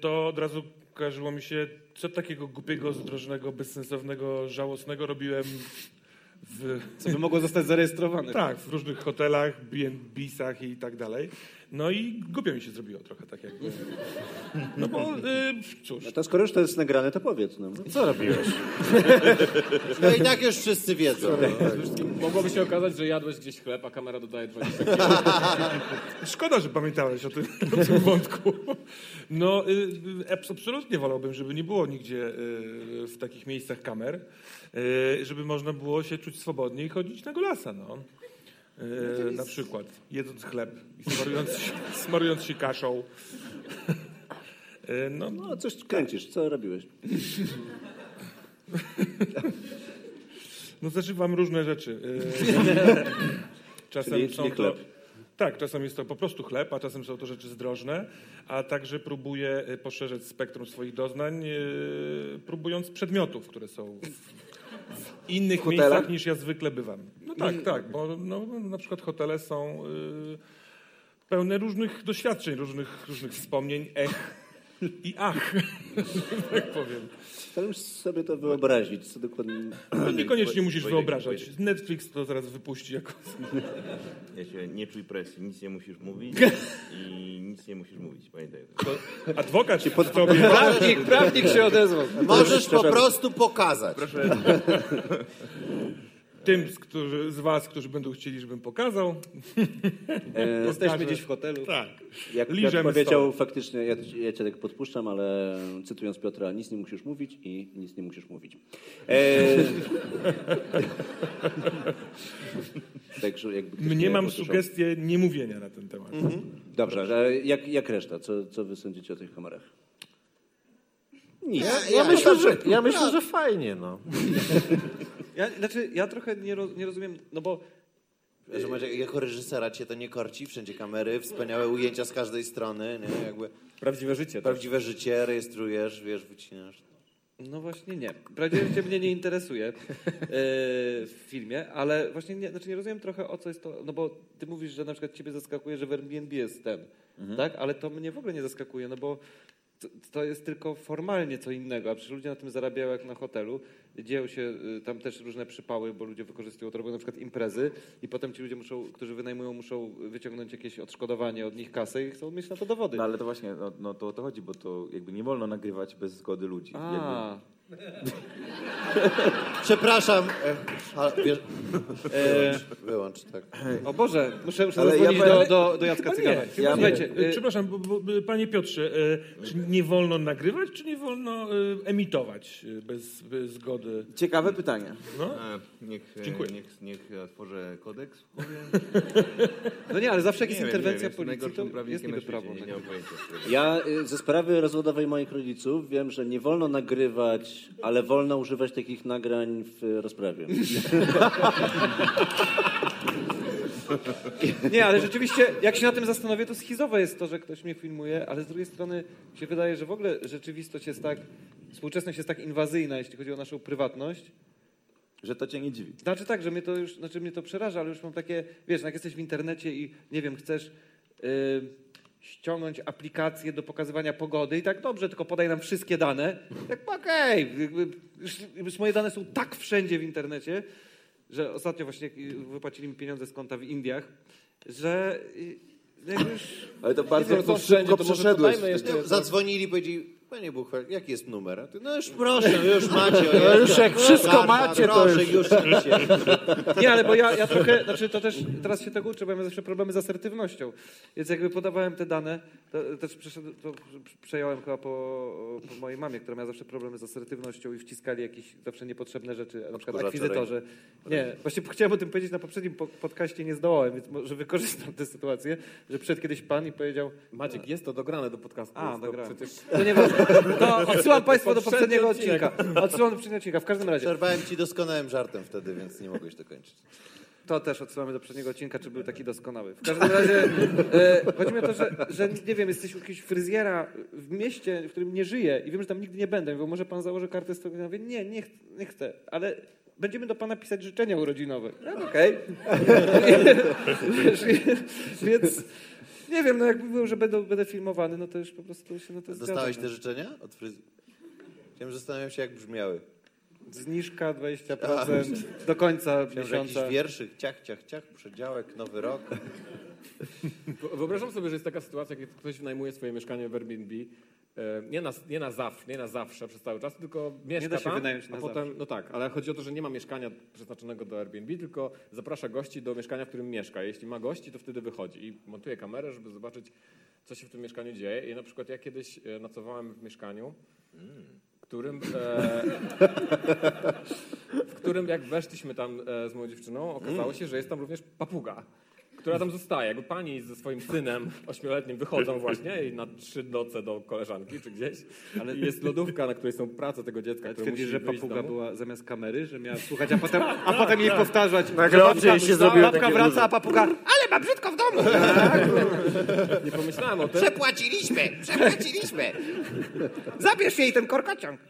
to od razu kojarzyło mi się, co takiego głupiego, zdrożnego, bezsensownego, żałosnego robiłem w... co by mogło zostać zarejestrowane. Tak, w różnych hotelach, B&B'sach i tak dalej. No i głupio mi się zrobiło trochę tak jakby. No bo e, cóż, No to skoro już to jest nagrane, to powiedz nam. Co robiłeś? No i tak już wszyscy wiedzą. Mogłoby się okazać, że jadłeś gdzieś chleb, a kamera dodaje 20 Szkoda, że pamiętałeś o tym, *laughs* o tym wątku. No, y, y, abs- absolutnie wolałbym, żeby nie było nigdzie y, w takich miejscach kamer, y, żeby można było się czuć swobodnie i chodzić na golasa, no. Y, Na przykład jedząc chleb i smarując *laughs* się, smarując się kaszą. *laughs* Y, No, No, coś kręcisz, co robiłeś? no zażywam różne rzeczy. Y, Czasem Czyli nie chleb. Tak, czasem jest to po prostu chleb, a czasem są to rzeczy zdrożne, a także próbuję y, poszerzyć spektrum swoich doznań, y, próbując przedmiotów, które są w, w innych hotelach? miejscach niż ja zwykle bywam. No tak, tak, bo no, na przykład hotele są y, e, pełne różnych doświadczeń, różnych, różnych wspomnień, ech i ach, *laughs* tak powiem. Staram się sobie to wyobrazić, co dokładnie... No niekoniecznie musisz Wojtek, wyobrażać. Netflix to zaraz wypuści jako... Ja się nie czuj presji, nic nie musisz mówić i nic nie musisz mówić, pamiętaj. Adwokat ci pod tobie. Prawnik, prawnik się odezwał. Możesz po prostu pokazać. Tym z, którzy, z was, którzy będą chcieli, żebym pokazał. Jesteśmy gdzieś w hotelu. Tak. Jak Liżemy Piotr powiedział, faktycznie, ja, ja cię tak podpuszczam, ale cytując Piotra, nic nie musisz mówić i nic nie musisz mówić. *laughs* E... Także jakby ktoś Mnie nie mam posłyszał. sugestię niemówienia na ten temat. Dobrze, że jak, jak reszta? Co, co wy sądzicie o tych kamerach? Nic. Ja, Ja myślę, że... że, ja myślę, że fajnie, no. Ja, znaczy, ja trochę nie, roz, nie rozumiem, no bo Macie, jako reżysera cię to nie korci, wszędzie kamery, wspaniałe ujęcia z każdej strony, nie? Jakby Prawdziwe życie. Tak? prawdziwe życie rejestrujesz, wiesz, wycinasz. No właśnie nie. Prawdziwie cię mnie nie interesuje e, w filmie, ale właśnie nie, znaczy nie rozumiem trochę o co jest to, no bo ty mówisz, że na przykład ciebie zaskakuje, że w Airbnb jest ten, Mhm. tak? Ale to mnie w ogóle nie zaskakuje, no bo to, to jest tylko formalnie co innego, a przecież ludzie na tym zarabiają jak na hotelu. Dzieją się y, tam też różne przypały, bo ludzie wykorzystują to, robią na przykład imprezy i potem ci ludzie, muszą, którzy wynajmują, muszą wyciągnąć jakieś odszkodowanie od nich kasę i chcą mieć na to dowody. No ale to właśnie, no, no to o to chodzi, bo to jakby nie wolno nagrywać bez zgody ludzi. Jakby, A, Przepraszam. e, a, wiesz, wyłącz, wyłącz, tak. o Boże, muszę, muszę Ale ja zadzwonić do, powiem- do, do Jacka Cygana. chyba nie. Słuchajcie, E, y, Przepraszam, bo, bo, bo, panie Piotrze, e, czy nie wolno nagrywać, czy nie wolno e, emitować e, bez, bez zgody? Ciekawe pytanie. A, niech, e, Dziękuję. niech, niech otworzę kodeks. No nie, ale zawsze jak Nie jest wiem, interwencja nie wiem, policji, to najgorszym jest prawnikiem niby na świecie, prawo. Nie mam pojęcia. Ja y, ze sprawy rozwodowej moich rodziców wiem, że nie wolno nagrywać, ale wolno używać takich nagrań w y, rozprawie. Nie, ale rzeczywiście, jak się na tym zastanowię, to schizowe jest to, że ktoś mnie filmuje, ale z drugiej strony się wydaje, że w ogóle rzeczywistość jest tak, współczesność jest tak inwazyjna, jeśli chodzi o naszą prywatność. Że to cię nie dziwi. Znaczy tak, że mnie to już, znaczy mnie to przeraża, ale już mam takie, wiesz, jak jesteś w internecie i nie wiem, chcesz yy, ściągnąć aplikację do pokazywania pogody i tak dobrze, tylko podaj nam wszystkie dane. Tak okej, jakby już, już moje dane są tak wszędzie w internecie, że ostatnio właśnie y, wypłacili mi pieniądze z konta w Indiach, że y, jakby już... Ale to bardzo No Widzę, że to są wszędzie, szybko to może przeszedłeś. dodajmy jeszcze- No, Zadzwonili, powiedzieli, panie Buchwer, jaki jest numer? A ty, no już proszę, już macie. No już jak wszystko macie, to proszę, już idźcie. Nie, ale bo ja, ja trochę, znaczy to też, teraz się tego uczę, bo ja miałem zawsze problemy z asertywnością. Więc jakby podawałem te dane, to, też przeszedł, to przejąłem chyba po, po mojej mamie, która miała zawsze problemy z asertywnością i wciskali jakieś zawsze niepotrzebne rzeczy, na przykład Odkurzacze akwizytorze. Nie, właśnie chciałem o tym powiedzieć na poprzednim po- podcaście, nie zdołałem, więc może wykorzystam tę sytuację, że przed kiedyś pan i powiedział, Maciek, jest to dograne do podcastu. a, jest to dobra. przecież- To *laughs* nie ważne. To odsyłam Państwa do Poprzedni poprzedniego odcinek. odcinka. Odsyłam do poprzedniego odcinka. W każdym razie. Przerwałem ci doskonałym żartem wtedy, więc nie mogłeś dokończyć. To też odsyłamy do poprzedniego odcinka, czy był taki doskonały. W każdym razie e, chodzi mi o to, że, że nie wiem, jesteś u jakiegoś fryzjera w mieście, w którym nie żyję i wiem, że tam nigdy nie będę. Bo może pan założy kartę z tego i ja mówię, nie, nie, ch- nie chcę, ale będziemy do pana pisać życzenia urodzinowe. Ja, Okej. Wiesz, i- Więc nie wiem, no jakby było, że będę, będę filmowany, no to już po prostu się na to Dostałeś zgadzam. te życzenia od fryzjera? Chciałem, że zastanawiam się, jak brzmiały. Zniżka 20% do końca Chciałem, że jakiś miesiąca. wierszyk, ciach, ciach, ciach, przedziałek, nowy rok. Wo- Wyobrażam sobie, że jest taka sytuacja, kiedy ktoś wynajmuje swoje mieszkanie w Airbnb. e, Nie na, nie, na zaw, nie na zawsze przez cały czas, tylko mieszka da się tam, wynająć na a potem, No tak, ale chodzi o to, że nie ma mieszkania przeznaczonego do Airbnb, tylko zaprasza gości do mieszkania, w którym mieszka. Jeśli ma gości, to wtedy wychodzi i montuje kamerę, żeby zobaczyć, co się w tym mieszkaniu dzieje. I na przykład ja kiedyś e, nocowałem w mieszkaniu, którym, e, w którym jak weszliśmy tam e, z moją dziewczyną, okazało się, że jest tam również papuga, która tam zostaje. Jakby pani ze swoim synem ośmioletnim wychodzą właśnie i na trzy noce do koleżanki czy gdzieś. Ale jest lodówka, na której są prace tego dziecka, które musi Twierdzisz, że wyjść z papuga domu. była zamiast kamery, że miała słuchać, a potem, a potem jej powtarzać. Nagle że oczy babka jej się wraca, zrobiły Babka takie wraca, duże. a papuga, ale ma brzydko w domu. Nie pomyślałem o tym. Przepłaciliśmy, przepłaciliśmy. Zabierz jej ten korkociąg.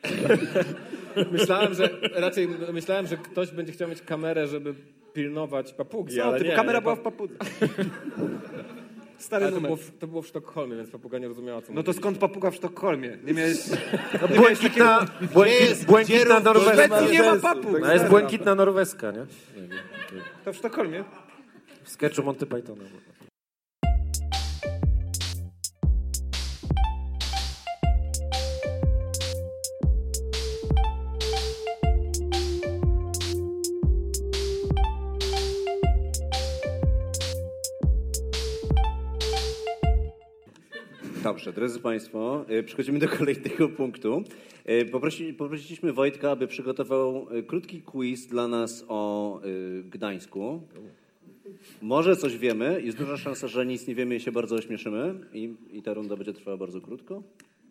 Myślałem, że raczej myślałem, że ktoś będzie chciał mieć kamerę, żeby pilnować papugi, Co ale ty, nie, no kamera nie, była pa- w papudze. Stary Ale to było, numer. w, to było w Sztokholmie, więc no papuga nie rozumiała, co No to mówili. skąd papuga w Sztokholmie? Nie miałeś... No Błękitna, błękit, błękitna norweska. Szwecji nie ma papug. No jest błękitna norweska, nie? To w Sztokholmie. W sketchu Monty Pythona. Dobrze, drodzy Państwo, y, przechodzimy do kolejnego *laughs* punktu. Y, Poprosi, poprosiliśmy Wojtka, aby przygotował y, krótki quiz dla nas o y, Gdańsku. Może coś wiemy, jest duża szansa, że nic nie wiemy i się bardzo ośmieszymy. I, i ta runda będzie trwała bardzo krótko,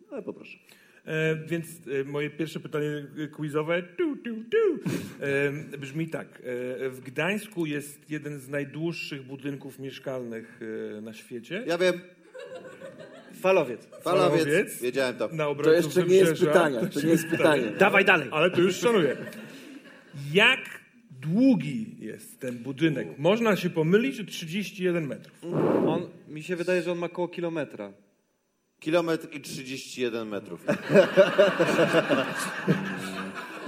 No, ale poproszę. E, więc e, moje pierwsze pytanie e, quizowe tu, tu, tu, e, brzmi tak. E, w Gdańsku jest jeden z najdłuższych budynków mieszkalnych e, na świecie. Ja wiem, Falowiec. falowiec, Falowiec? wiedziałem to. Na To obrońców jeszcze nie jest Wybrzeża. pytanie. To nie jest pytanie. Dawaj dalej. Ale to już szanuję. Jak długi jest ten budynek? Można się pomylić, 31 metrów. On, mi się wydaje, że on ma około kilometra. Kilometr i 31 metrów.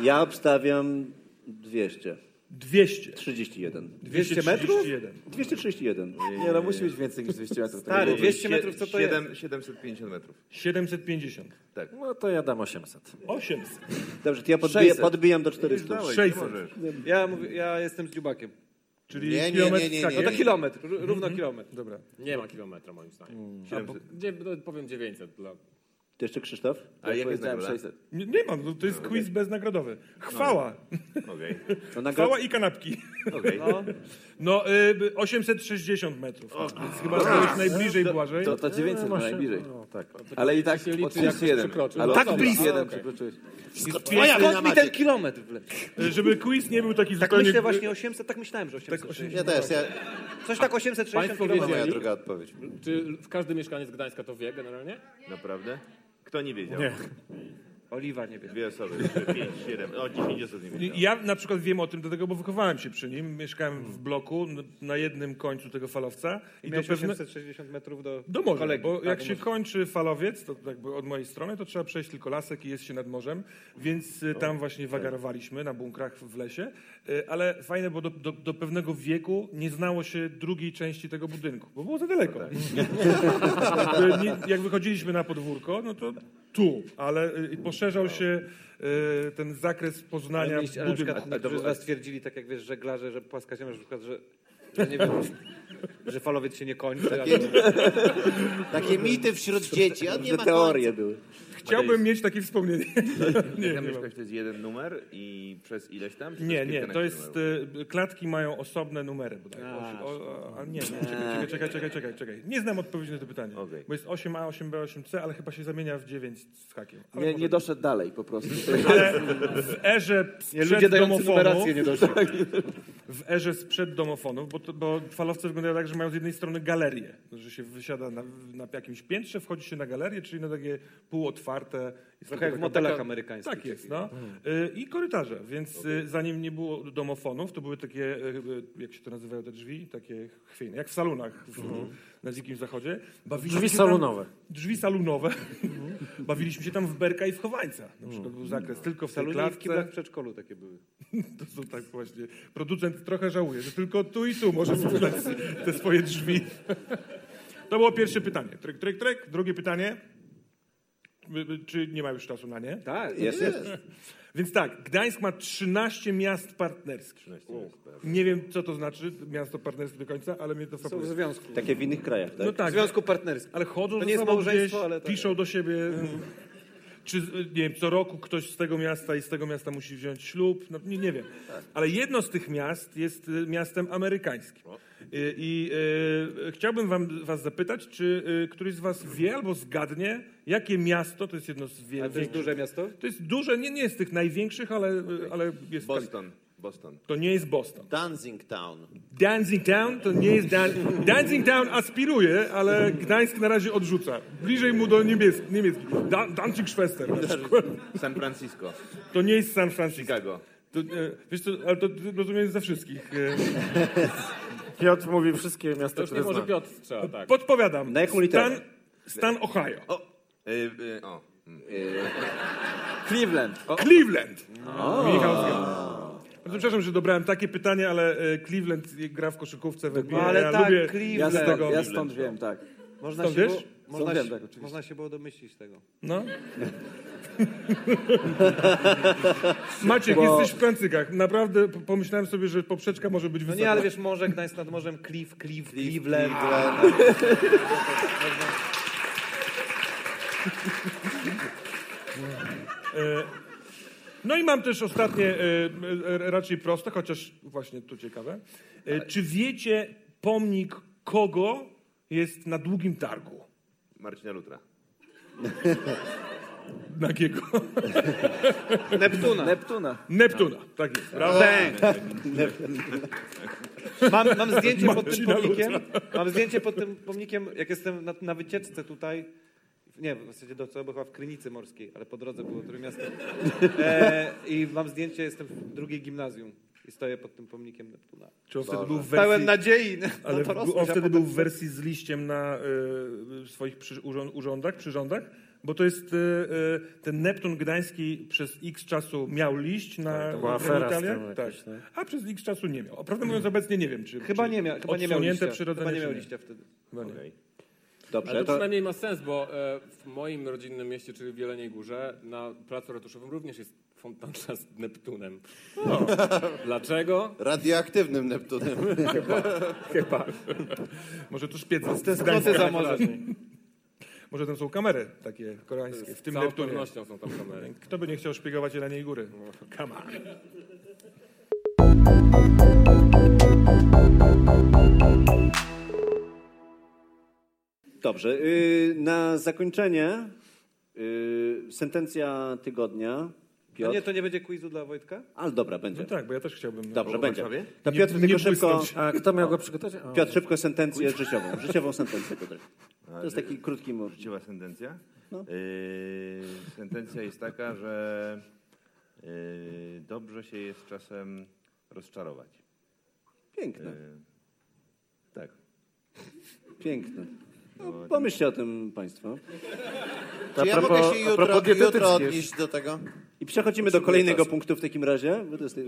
Ja obstawiam 200. 200. 31. 200 metrów? 231. 231. Nie, no musi być więcej niż 200 metrów. tak Stary, jak 200 metrów co to jest? Siedem- 750 metrów. 750. No to ja dam 800. 800. Dobrze, to ja podbiję, podbijam do 400. Dalej, nie 600. możesz. Ja, mówię, ja jestem z dziubakiem. No Czyli Nie, nie, kilometr tak, nie, nie, skaki. nie, To nie. kilometr, ró- równo kilometr. Dobra. Nie ma kilometra, moim zdaniem. 700. Gdzie, no, powiem 900 dla... To jeszcze Krzysztof? A jak jest powiedziałem nagroda? 600. Nie, nie mam, no to jest quiz beznagrodowy. Chwała. *laughs* Okej, No, nagro- Chwała i kanapki. okej. *laughs* No, y, 860 metrów. Więc chyba to jest najbliżej Błażej. To, to 900 ma najbliżej. No tak. Ale i tak się liczy, o jak 31. przekroczył. Ale Tak o blisko. 31 Okej. przekroczyłeś. Twoja wina, Skąd mi ten Maciek. kilometr wleci? Y, Żeby quiz nie był taki Tak zupełnie... myślę właśnie 800, tak myślałem, że 800. Ja też, ja, Coś tak 860 Państwo to kilometrów. moja wiedzieli? druga odpowiedź. Czy w każdy mieszkaniec Gdańska to wie generalnie? Naprawdę? Kto nie wiedział? Oliwa nie wiem. Dwie osoby, trzy, pięć, siedem, o 10 osób nie wiedziało. Ja na przykład wiem o tym dlatego, bo wychowałem się przy nim. Mieszkałem w bloku n- na jednym końcu tego falowca. I do Mm. Miałeś pewne... 860 metrów do, Do morza, kolegi. bo Tak, jak do się morza. kończy falowiec, to jakby od mojej strony, to trzeba przejść tylko lasek i jest się nad morzem, więc y, tam właśnie tak. wagarowaliśmy na bunkrach w lesie, Y, ale fajne, bo do, do, do pewnego wieku nie znało się drugiej części tego budynku, bo było za daleko. No *laughs* tak. Jakby nie, jak wychodziliśmy na podwórko, no to tu, ale y, poszerzał się y, ten zakres poznania Ale mieliście- ale na budynku. przykład niektórzy z was twierdzili, tak jak wiesz, żeglarze, że płaska ziemia, że, na przykład, że, że nie *laughs* wiem, że falowiec się nie kończy. Ale... Takie mity wśród dzieci, on nie Że ma końca. teorie były. Chciałbym mieć takie wspomnienie. nie, Tam nie mam. mieszkać to jest jeden numer i przez ileś tam? *laughs* Czy Nie, przez nie, to kilkanaście jest. numerów? y, Klatki mają osobne numery. Bodaj. A, o, a nie, nie, czekaj, czekaj, czekaj, czekaj, czekaj. Nie znam odpowiedzi na to pytanie. Okej. Bo jest 8A, 8B, 8C, ale chyba się zamienia w 9 z hakiem. Ale Nie, może nie doszedł dalej po prostu. Ale w erze Nie, ludzie sprzed dający domofonu, numerację nie doszli. w erze sprzed domofonów, bo, to, bo falowce wyglądają tak, że mają z jednej strony galerię, że się wysiada na, na jakimś piętrze, wchodzi się na galerię, czyli na takie półotwarte. Jest Trochę jak w tylko taka- motelach amerykańskich. tak jest, no. Y, I korytarze, więc y, zanim nie było domofonów, to były takie, y, y, jak się to nazywają te drzwi, takie chwiejne, jak w salonach w, na Dzikim Zachodzie. Bawiliśmy Drzwi się tam- salonowe. Drzwi salunowe. *laughs* Bawiliśmy się tam w berka i w chowańca. Na przykład był zakres tylko w Salunie i w kiblach salonach. w przedszkolu takie były. To są tak właśnie. Producent trochę żałuje, że tylko tu i tu może sprzedać te swoje drzwi. *laughs* To było pierwsze pytanie. Tryk, tryk, tryk. Drugie pytanie. Y, y, Czy nie ma już czasu na nie? Tak, Jest, jest. Więc tak, Gdańsk ma 13 miast partnerskich. Nie wiem, co to znaczy, miasto partnerskie do końca, ale mnie to są w fascynuje. związku. Takie w innych krajach, tak? No W tak, związku partnerskim. ale chodzą To ze nie jest sobą małżeństwo, gdzieś, ale tak. piszą do siebie. mm. Czy, y, nie wiem, co roku ktoś z tego miasta i z tego miasta musi wziąć ślub? No, nie, nie wiem. Ale jedno z tych miast jest y, miastem amerykańskim. Y, I y, y, chciałbym wam, was zapytać, czy y, któryś z was wie albo zgadnie, jakie miasto, to jest jedno z wie, Ale to jest większych- duże miasto? To jest duże, nie, nie jest tych największych, ale, y, ale jest... Boston, Boston. To nie jest Boston. Dancing Town. Dancing Town to nie jest Dan Dancing Town aspiruje, ale Gdańsk na razie odrzuca. Bliżej mu do niebiesk niemieckich. Da Danzig Schwester. San Francisco, To nie jest Tak, San Francisco. Chicago. To, e, wiesz co, ale to rozumiem za wszystkich. E, Piotr mówi wszystkie To miasta, już nie które może zna. Piotr trzeba, tak. Podpowiadam. Na jaką literę? Stan, stan Ohio. Y, y, o. Cleveland. O, Cleveland. Michał zgadza. Bardzo przepraszam, że dobrałem takie pytanie, ale e, Cleveland gra w koszykówce w NBA. ale ja tak, lubię Cleveland. z tego. Ja stąd wiem, tak. Można Stąd się, wiesz? było, można, wiem, się, tak, oczywiście. można się było domyślić tego. No. *laughs* Maciek, jesteś w kancykach. Naprawdę p- pomyślałem sobie, że poprzeczka może być No wysoka. nie, ale wiesz, morze, Gdańsk nad morzem, Cliff, Cliff, Cleveland. No i mam też ostatnie, e, e, raczej proste, chociaż właśnie tu ciekawe. E, Czy wiecie pomnik kogo jest na długim targu? Marcina Lutra. *laughs* Nagiego. Neptuna. Neptuna. Neptuna, tak jest. Brawo. Mam, mam zdjęcie pod tym Marcina pomnikiem. Mam zdjęcie pod tym pomnikiem, jak jestem na, na wycieczce tutaj. Nie, w zasadzie do co, bo chyba w Krynicy Morskiej, ale po drodze było Trójmiasto. E, I mam zdjęcie, jestem w drugiej gimnazjum i stoję pod tym pomnikiem Neptuna. Czy on wtedy był w Pełen wersji, nadziei. No, ale to on rozumiem, a wtedy potem- był w wersji z liściem na y, swoich przy, urząd, urządach, przyrządach? Bo to jest y, y, ten Neptun Gdański przez x czasu miał liść na Tak, to była w afera z Italiach, tym no. tak. jakaś, nie? a przez x czasu nie miał. A Prawdę mówiąc obecnie nie wiem, czy Chyba czy nie miał, chyba nie miał odsunięte liścia. przyrodzenie, Chyba nie czy miał liścia wtedy. Chyba nie. Okej. Dobrze, Ale to to przynajmniej ma sens, bo e, w moim rodzinnym mieście, czyli w Jeleniej Górze, na placu ratuszowym również jest fontanna *laughs* z Neptunem. No. *laughs* Dlaczego? Radioaktywnym Neptunem. *laughs* Może to szpiedza z Skąd za morze? Może tam są kamery takie koreańskie w Z tym całą Neptunie. pewnością są tam *laughs* kamery. Kto by nie chciał szpiegować Jeleniej Góry? Come on. Dobrze. y, Na zakończenie y, sentencja tygodnia. No Piotr. nie, to nie będzie quizu dla Wojtka? Ale dobra, będzie. No tak, bo ja też chciałbym... Dobrze, O, będzie. Warszawie? To Nie- Piotr nie tylko szybko, błysnąć. A kto miał go przygotować? O. Piotr szybko sentencję życiową. Życiową sentencję, Piotr. To jest taki krótki mur. Życiowa sentencja? No. Y, sentencja jest taka, że y, dobrze się jest czasem rozczarować. Piękne, Y, tak. piękne. No, pomyślcie o tym Państwo. A Czy ja propos- mogę się a jutro, propos dietetyckiej jutro jeszcze. odnieść do tego? I przechodzimy do kolejnego punktu w takim razie, bo to jest *laughs* y,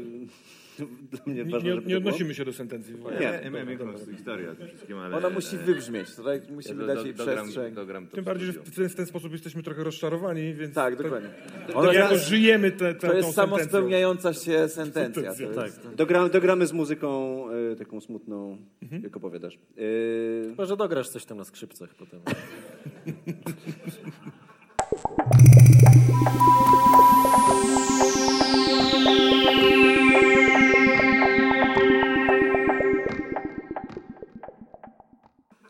dla mnie Nie, ważne, nie, żeby nie to było. odnosimy się do sentencji. Nie, Ja miałem jakąś historię o tym wszystkim, ale... Ona musi ale- wybrzmieć, tutaj musimy do- dać do- jej dogram- przestrzeń. dogram to Tym w bardziej, że studiu. w ten, w ten sposób jesteśmy trochę rozczarowani, więc... Tak, dokładnie. To Ona jako jest, żyjemy te, te, to tą jest sentencją. samospełniająca się sentencja. To Sentencja, jest, tak. Dogra, dogramy z muzyką y, taką smutną, jak opowiadasz. Y, Może dograsz coś tam na skrzypcach potem.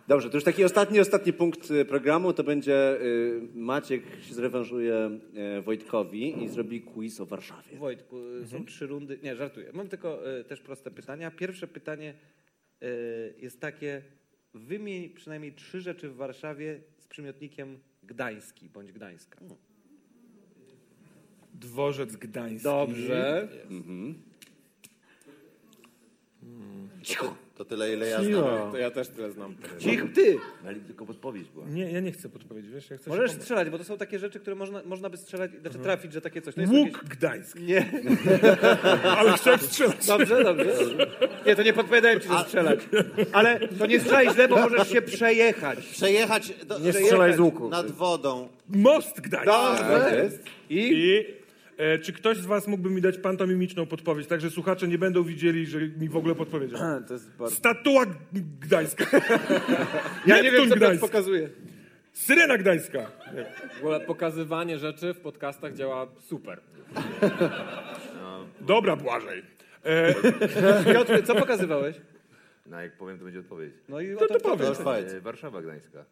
Dobrze, to już taki ostatni, ostatni punkt y, programu to będzie y, Maciek się zrewanżuje y, Wojtkowi i zrobi quiz o Warszawie. Wojtku, y, są trzy rundy. Nie, żartuję. Mam tylko y, też proste pytania. Pierwsze pytanie y, jest takie: wymień przynajmniej trzy rzeczy w Warszawie z przymiotnikiem Gdański bądź Gdańska. Dworzec Gdański. Dobrze. To tyle, ile ja znam. Cicho. To ja też tyle znam. Cich, ty! Ale tylko podpowiedź była. Nie, ja nie chcę podpowiedzieć, wiesz? Ja chcę Możesz się pom- strzelać, bo to są takie rzeczy, które można, można by strzelać, znaczy trafić, że takie coś. To jest Łuk jakieś- Gdański. Nie, Ale chciałem strzelać. dobrze, dobrze. Nie, to nie podpowiadałem ci, że strzelać. Ale to nie strzelaj źle, bo możesz się przejechać. Przejechać, do, Nie przejechać strzelaj z łuku. nad wodą. Most Gdański. I Tak. I e, czy ktoś z was mógłby mi dać pantomimiczną podpowiedź, tak że słuchacze nie będą widzieli, że mi w ogóle podpowiedział? to jest bardzo... Statua G- Gdańska. *laughs* ja nie wiem, co to Gdańsk. pokazuje. Syrena Gdańska. W ogóle pokazywanie rzeczy w podcastach działa super. Dobra, Błażej. E, Piotr, co pokazywałeś? No jak powiem, to będzie odpowiedź. No i o to to ty powiedz. E, Warszawa Gdańska.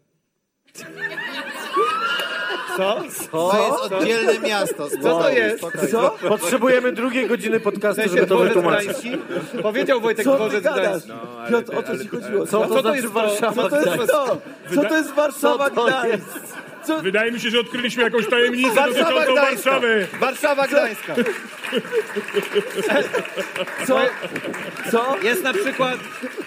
Co? To jest oddzielne miasto. Co to jest? Co? Potrzebujemy drugiej godziny podcastu, żeby to wytłumaczyć. Gdański? Powiedział Wojtek Co ty Dworzec gadasz? Gdański. No No, ale Piotr, ty- o co ale ci ty- chodziło? Co to, to znaczy jest to? Warszawa Co to jest Gdańsk? to? Co to jest Warszawa Gdańsk? Wydaje mi się, że odkryliśmy jakąś tajemnicę Warszawa, dotyczącą Gdańska. Warszawy. Warszawa Gdańska. Co? Co? Jest na przykład,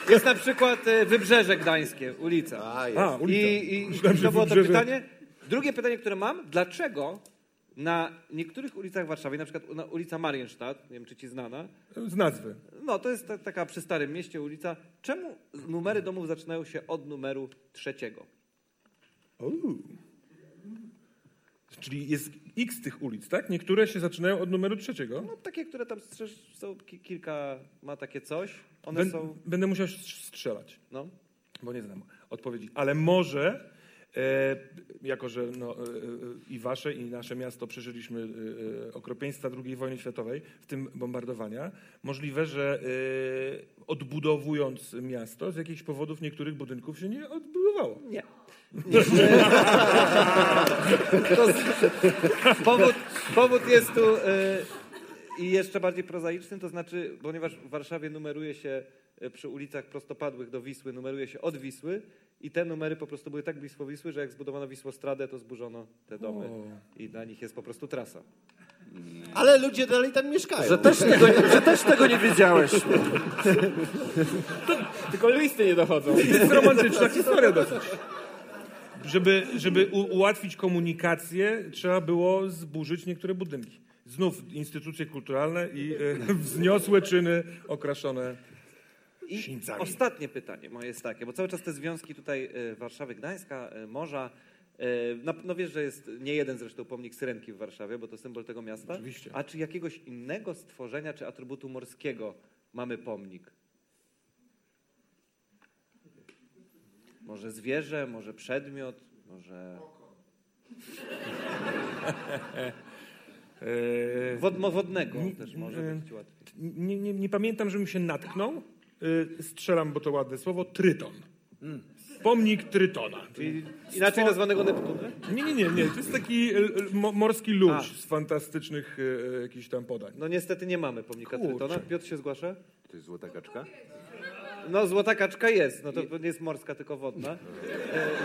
jest na przykład e, Wybrzeże Gdańskie, ulica. A, I, jest. A, ulica. i, Myślałem, i że to było to Wybrzeże. pytanie. Drugie pytanie, które mam, dlaczego na niektórych ulicach Warszawy, na przykład na ulica Marienstadt, nie wiem czy ci znana, Z nazwy. no to jest ta, taka przy Starym Mieście ulica, czemu numery domów zaczynają się od numeru trzeciego? Czyli jest x tych ulic, tak? Niektóre się zaczynają od numeru trzeciego. No takie, które tam strzeż- są ki- kilka, ma takie coś, one Będę, są... będę musiał strz- strzelać. No. Bo nie znam odpowiedzi. Ale może, e, jako że no, e, e, i wasze, i nasze miasto przeżyliśmy e, e, okropieństwa II wojny światowej, w tym bombardowania, możliwe, że e, odbudowując miasto, z jakichś powodów niektórych budynków się nie odbudowało. Nie. To z- *laughs* powód, powód jest tu e, i jeszcze bardziej prozaiczny, to znaczy, ponieważ w Warszawie numeruje się e, przy ulicach prostopadłych do Wisły, numeruje się od Wisły i te numery po prostu były tak blisko Wisły, że jak zbudowano Wisłostradę, to zburzono te domy i na nich jest po prostu trasa. Ale ludzie dalej tam mieszkają. Że też tego- że też tego nie wiedziałeś. Tylko listy nie dochodzą. jest romantyczna historia dosyć. Żeby, żeby u, ułatwić komunikację, trzeba było zburzyć niektóre budynki. Znów instytucje kulturalne i e, wzniosłe czyny okraszone I sińcami. ostatnie pytanie moje jest takie, bo cały czas te związki tutaj e, Warszawy, Gdańska, e, Morza. e, No, no wiesz, że jest nie jeden zresztą pomnik Syrenki w Warszawie, bo to symbol tego miasta. Oczywiście. A czy jakiegoś innego stworzenia czy atrybutu morskiego mamy pomnik? Może zwierzę, może przedmiot, może... E, Wod, mo- wodnego Ni- też może e, być łatwiej. nie, nie, nie pamiętam, żebym się natknął. E, Strzelam, bo to ładne słowo. Tryton. Pomnik Trytona. Czyli Inaczej nazwanego Neptunem? Nie, nie, nie, nie. To jest taki e, e, mo- morski ludź z fantastycznych e, e, jakichś tam podań. No niestety nie mamy pomnika Kurczę. Trytona. Piotr się zgłasza? To jest złota kaczka? No złota kaczka jest, no to nie jest morska, tylko No, wodna.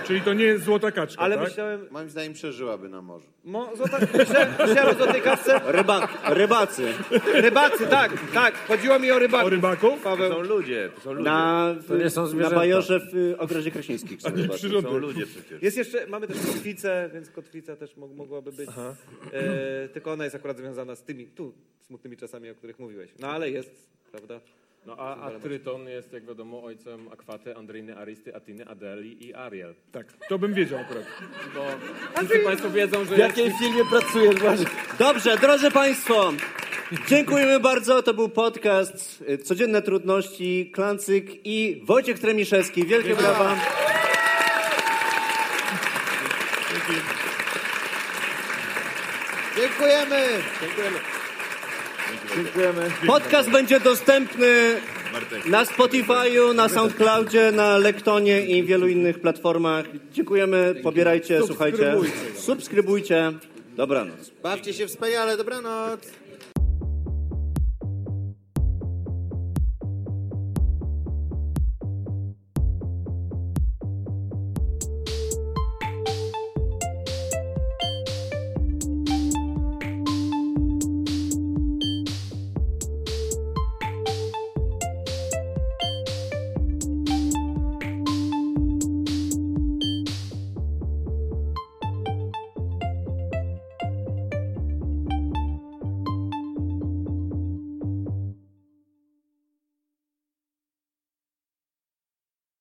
Czyli to nie jest złota kaczka, Ale tak? myślałem, Moim zdaniem przeżyłaby na morzu. mo, złota, myślałem, myślałem o złotej kaczce. rybacy. Rybacy, tak, tak, chodziło mi o rybaków. O rybaków? To Paweł, są ludzie, to są ludzie. Na, To nie są na zwierzęta. bajorze w y, ogrodzie kraśnickich. są rybacy. To są ludzie przecież. jest jeszcze, mamy też kotwicę, więc kotwica też mog, mogłaby być. E, tylko ona jest akurat związana z tymi, tu, smutnymi czasami, o których mówiłeś. No ale jest, prawda? No a, a Tryton jest, jak wiadomo, ojcem Akwaty, Andryny, Arysty, Atiny, Adeli i Ariel. Tak, to bym wiedział akurat. Bo wszyscy Państwo wiedzą, że W jakiej firmie pracujesz właśnie? Dobrze, drodzy Państwo, dziękujemy bardzo. To był podcast y, Codzienne Trudności, Klancyk i Wojciech Tremiszewski. Wielkie brawa. Dziękujemy! Dziękujemy. Podcast będzie dostępny Bartek. na Spotify'u, na SoundCloudzie, na Lektonie i wielu innych platformach. Dziękujemy, pobierajcie, słuchajcie. Subskrybujcie. Dobranoc. Bawcie się wspaniale, dobranoc!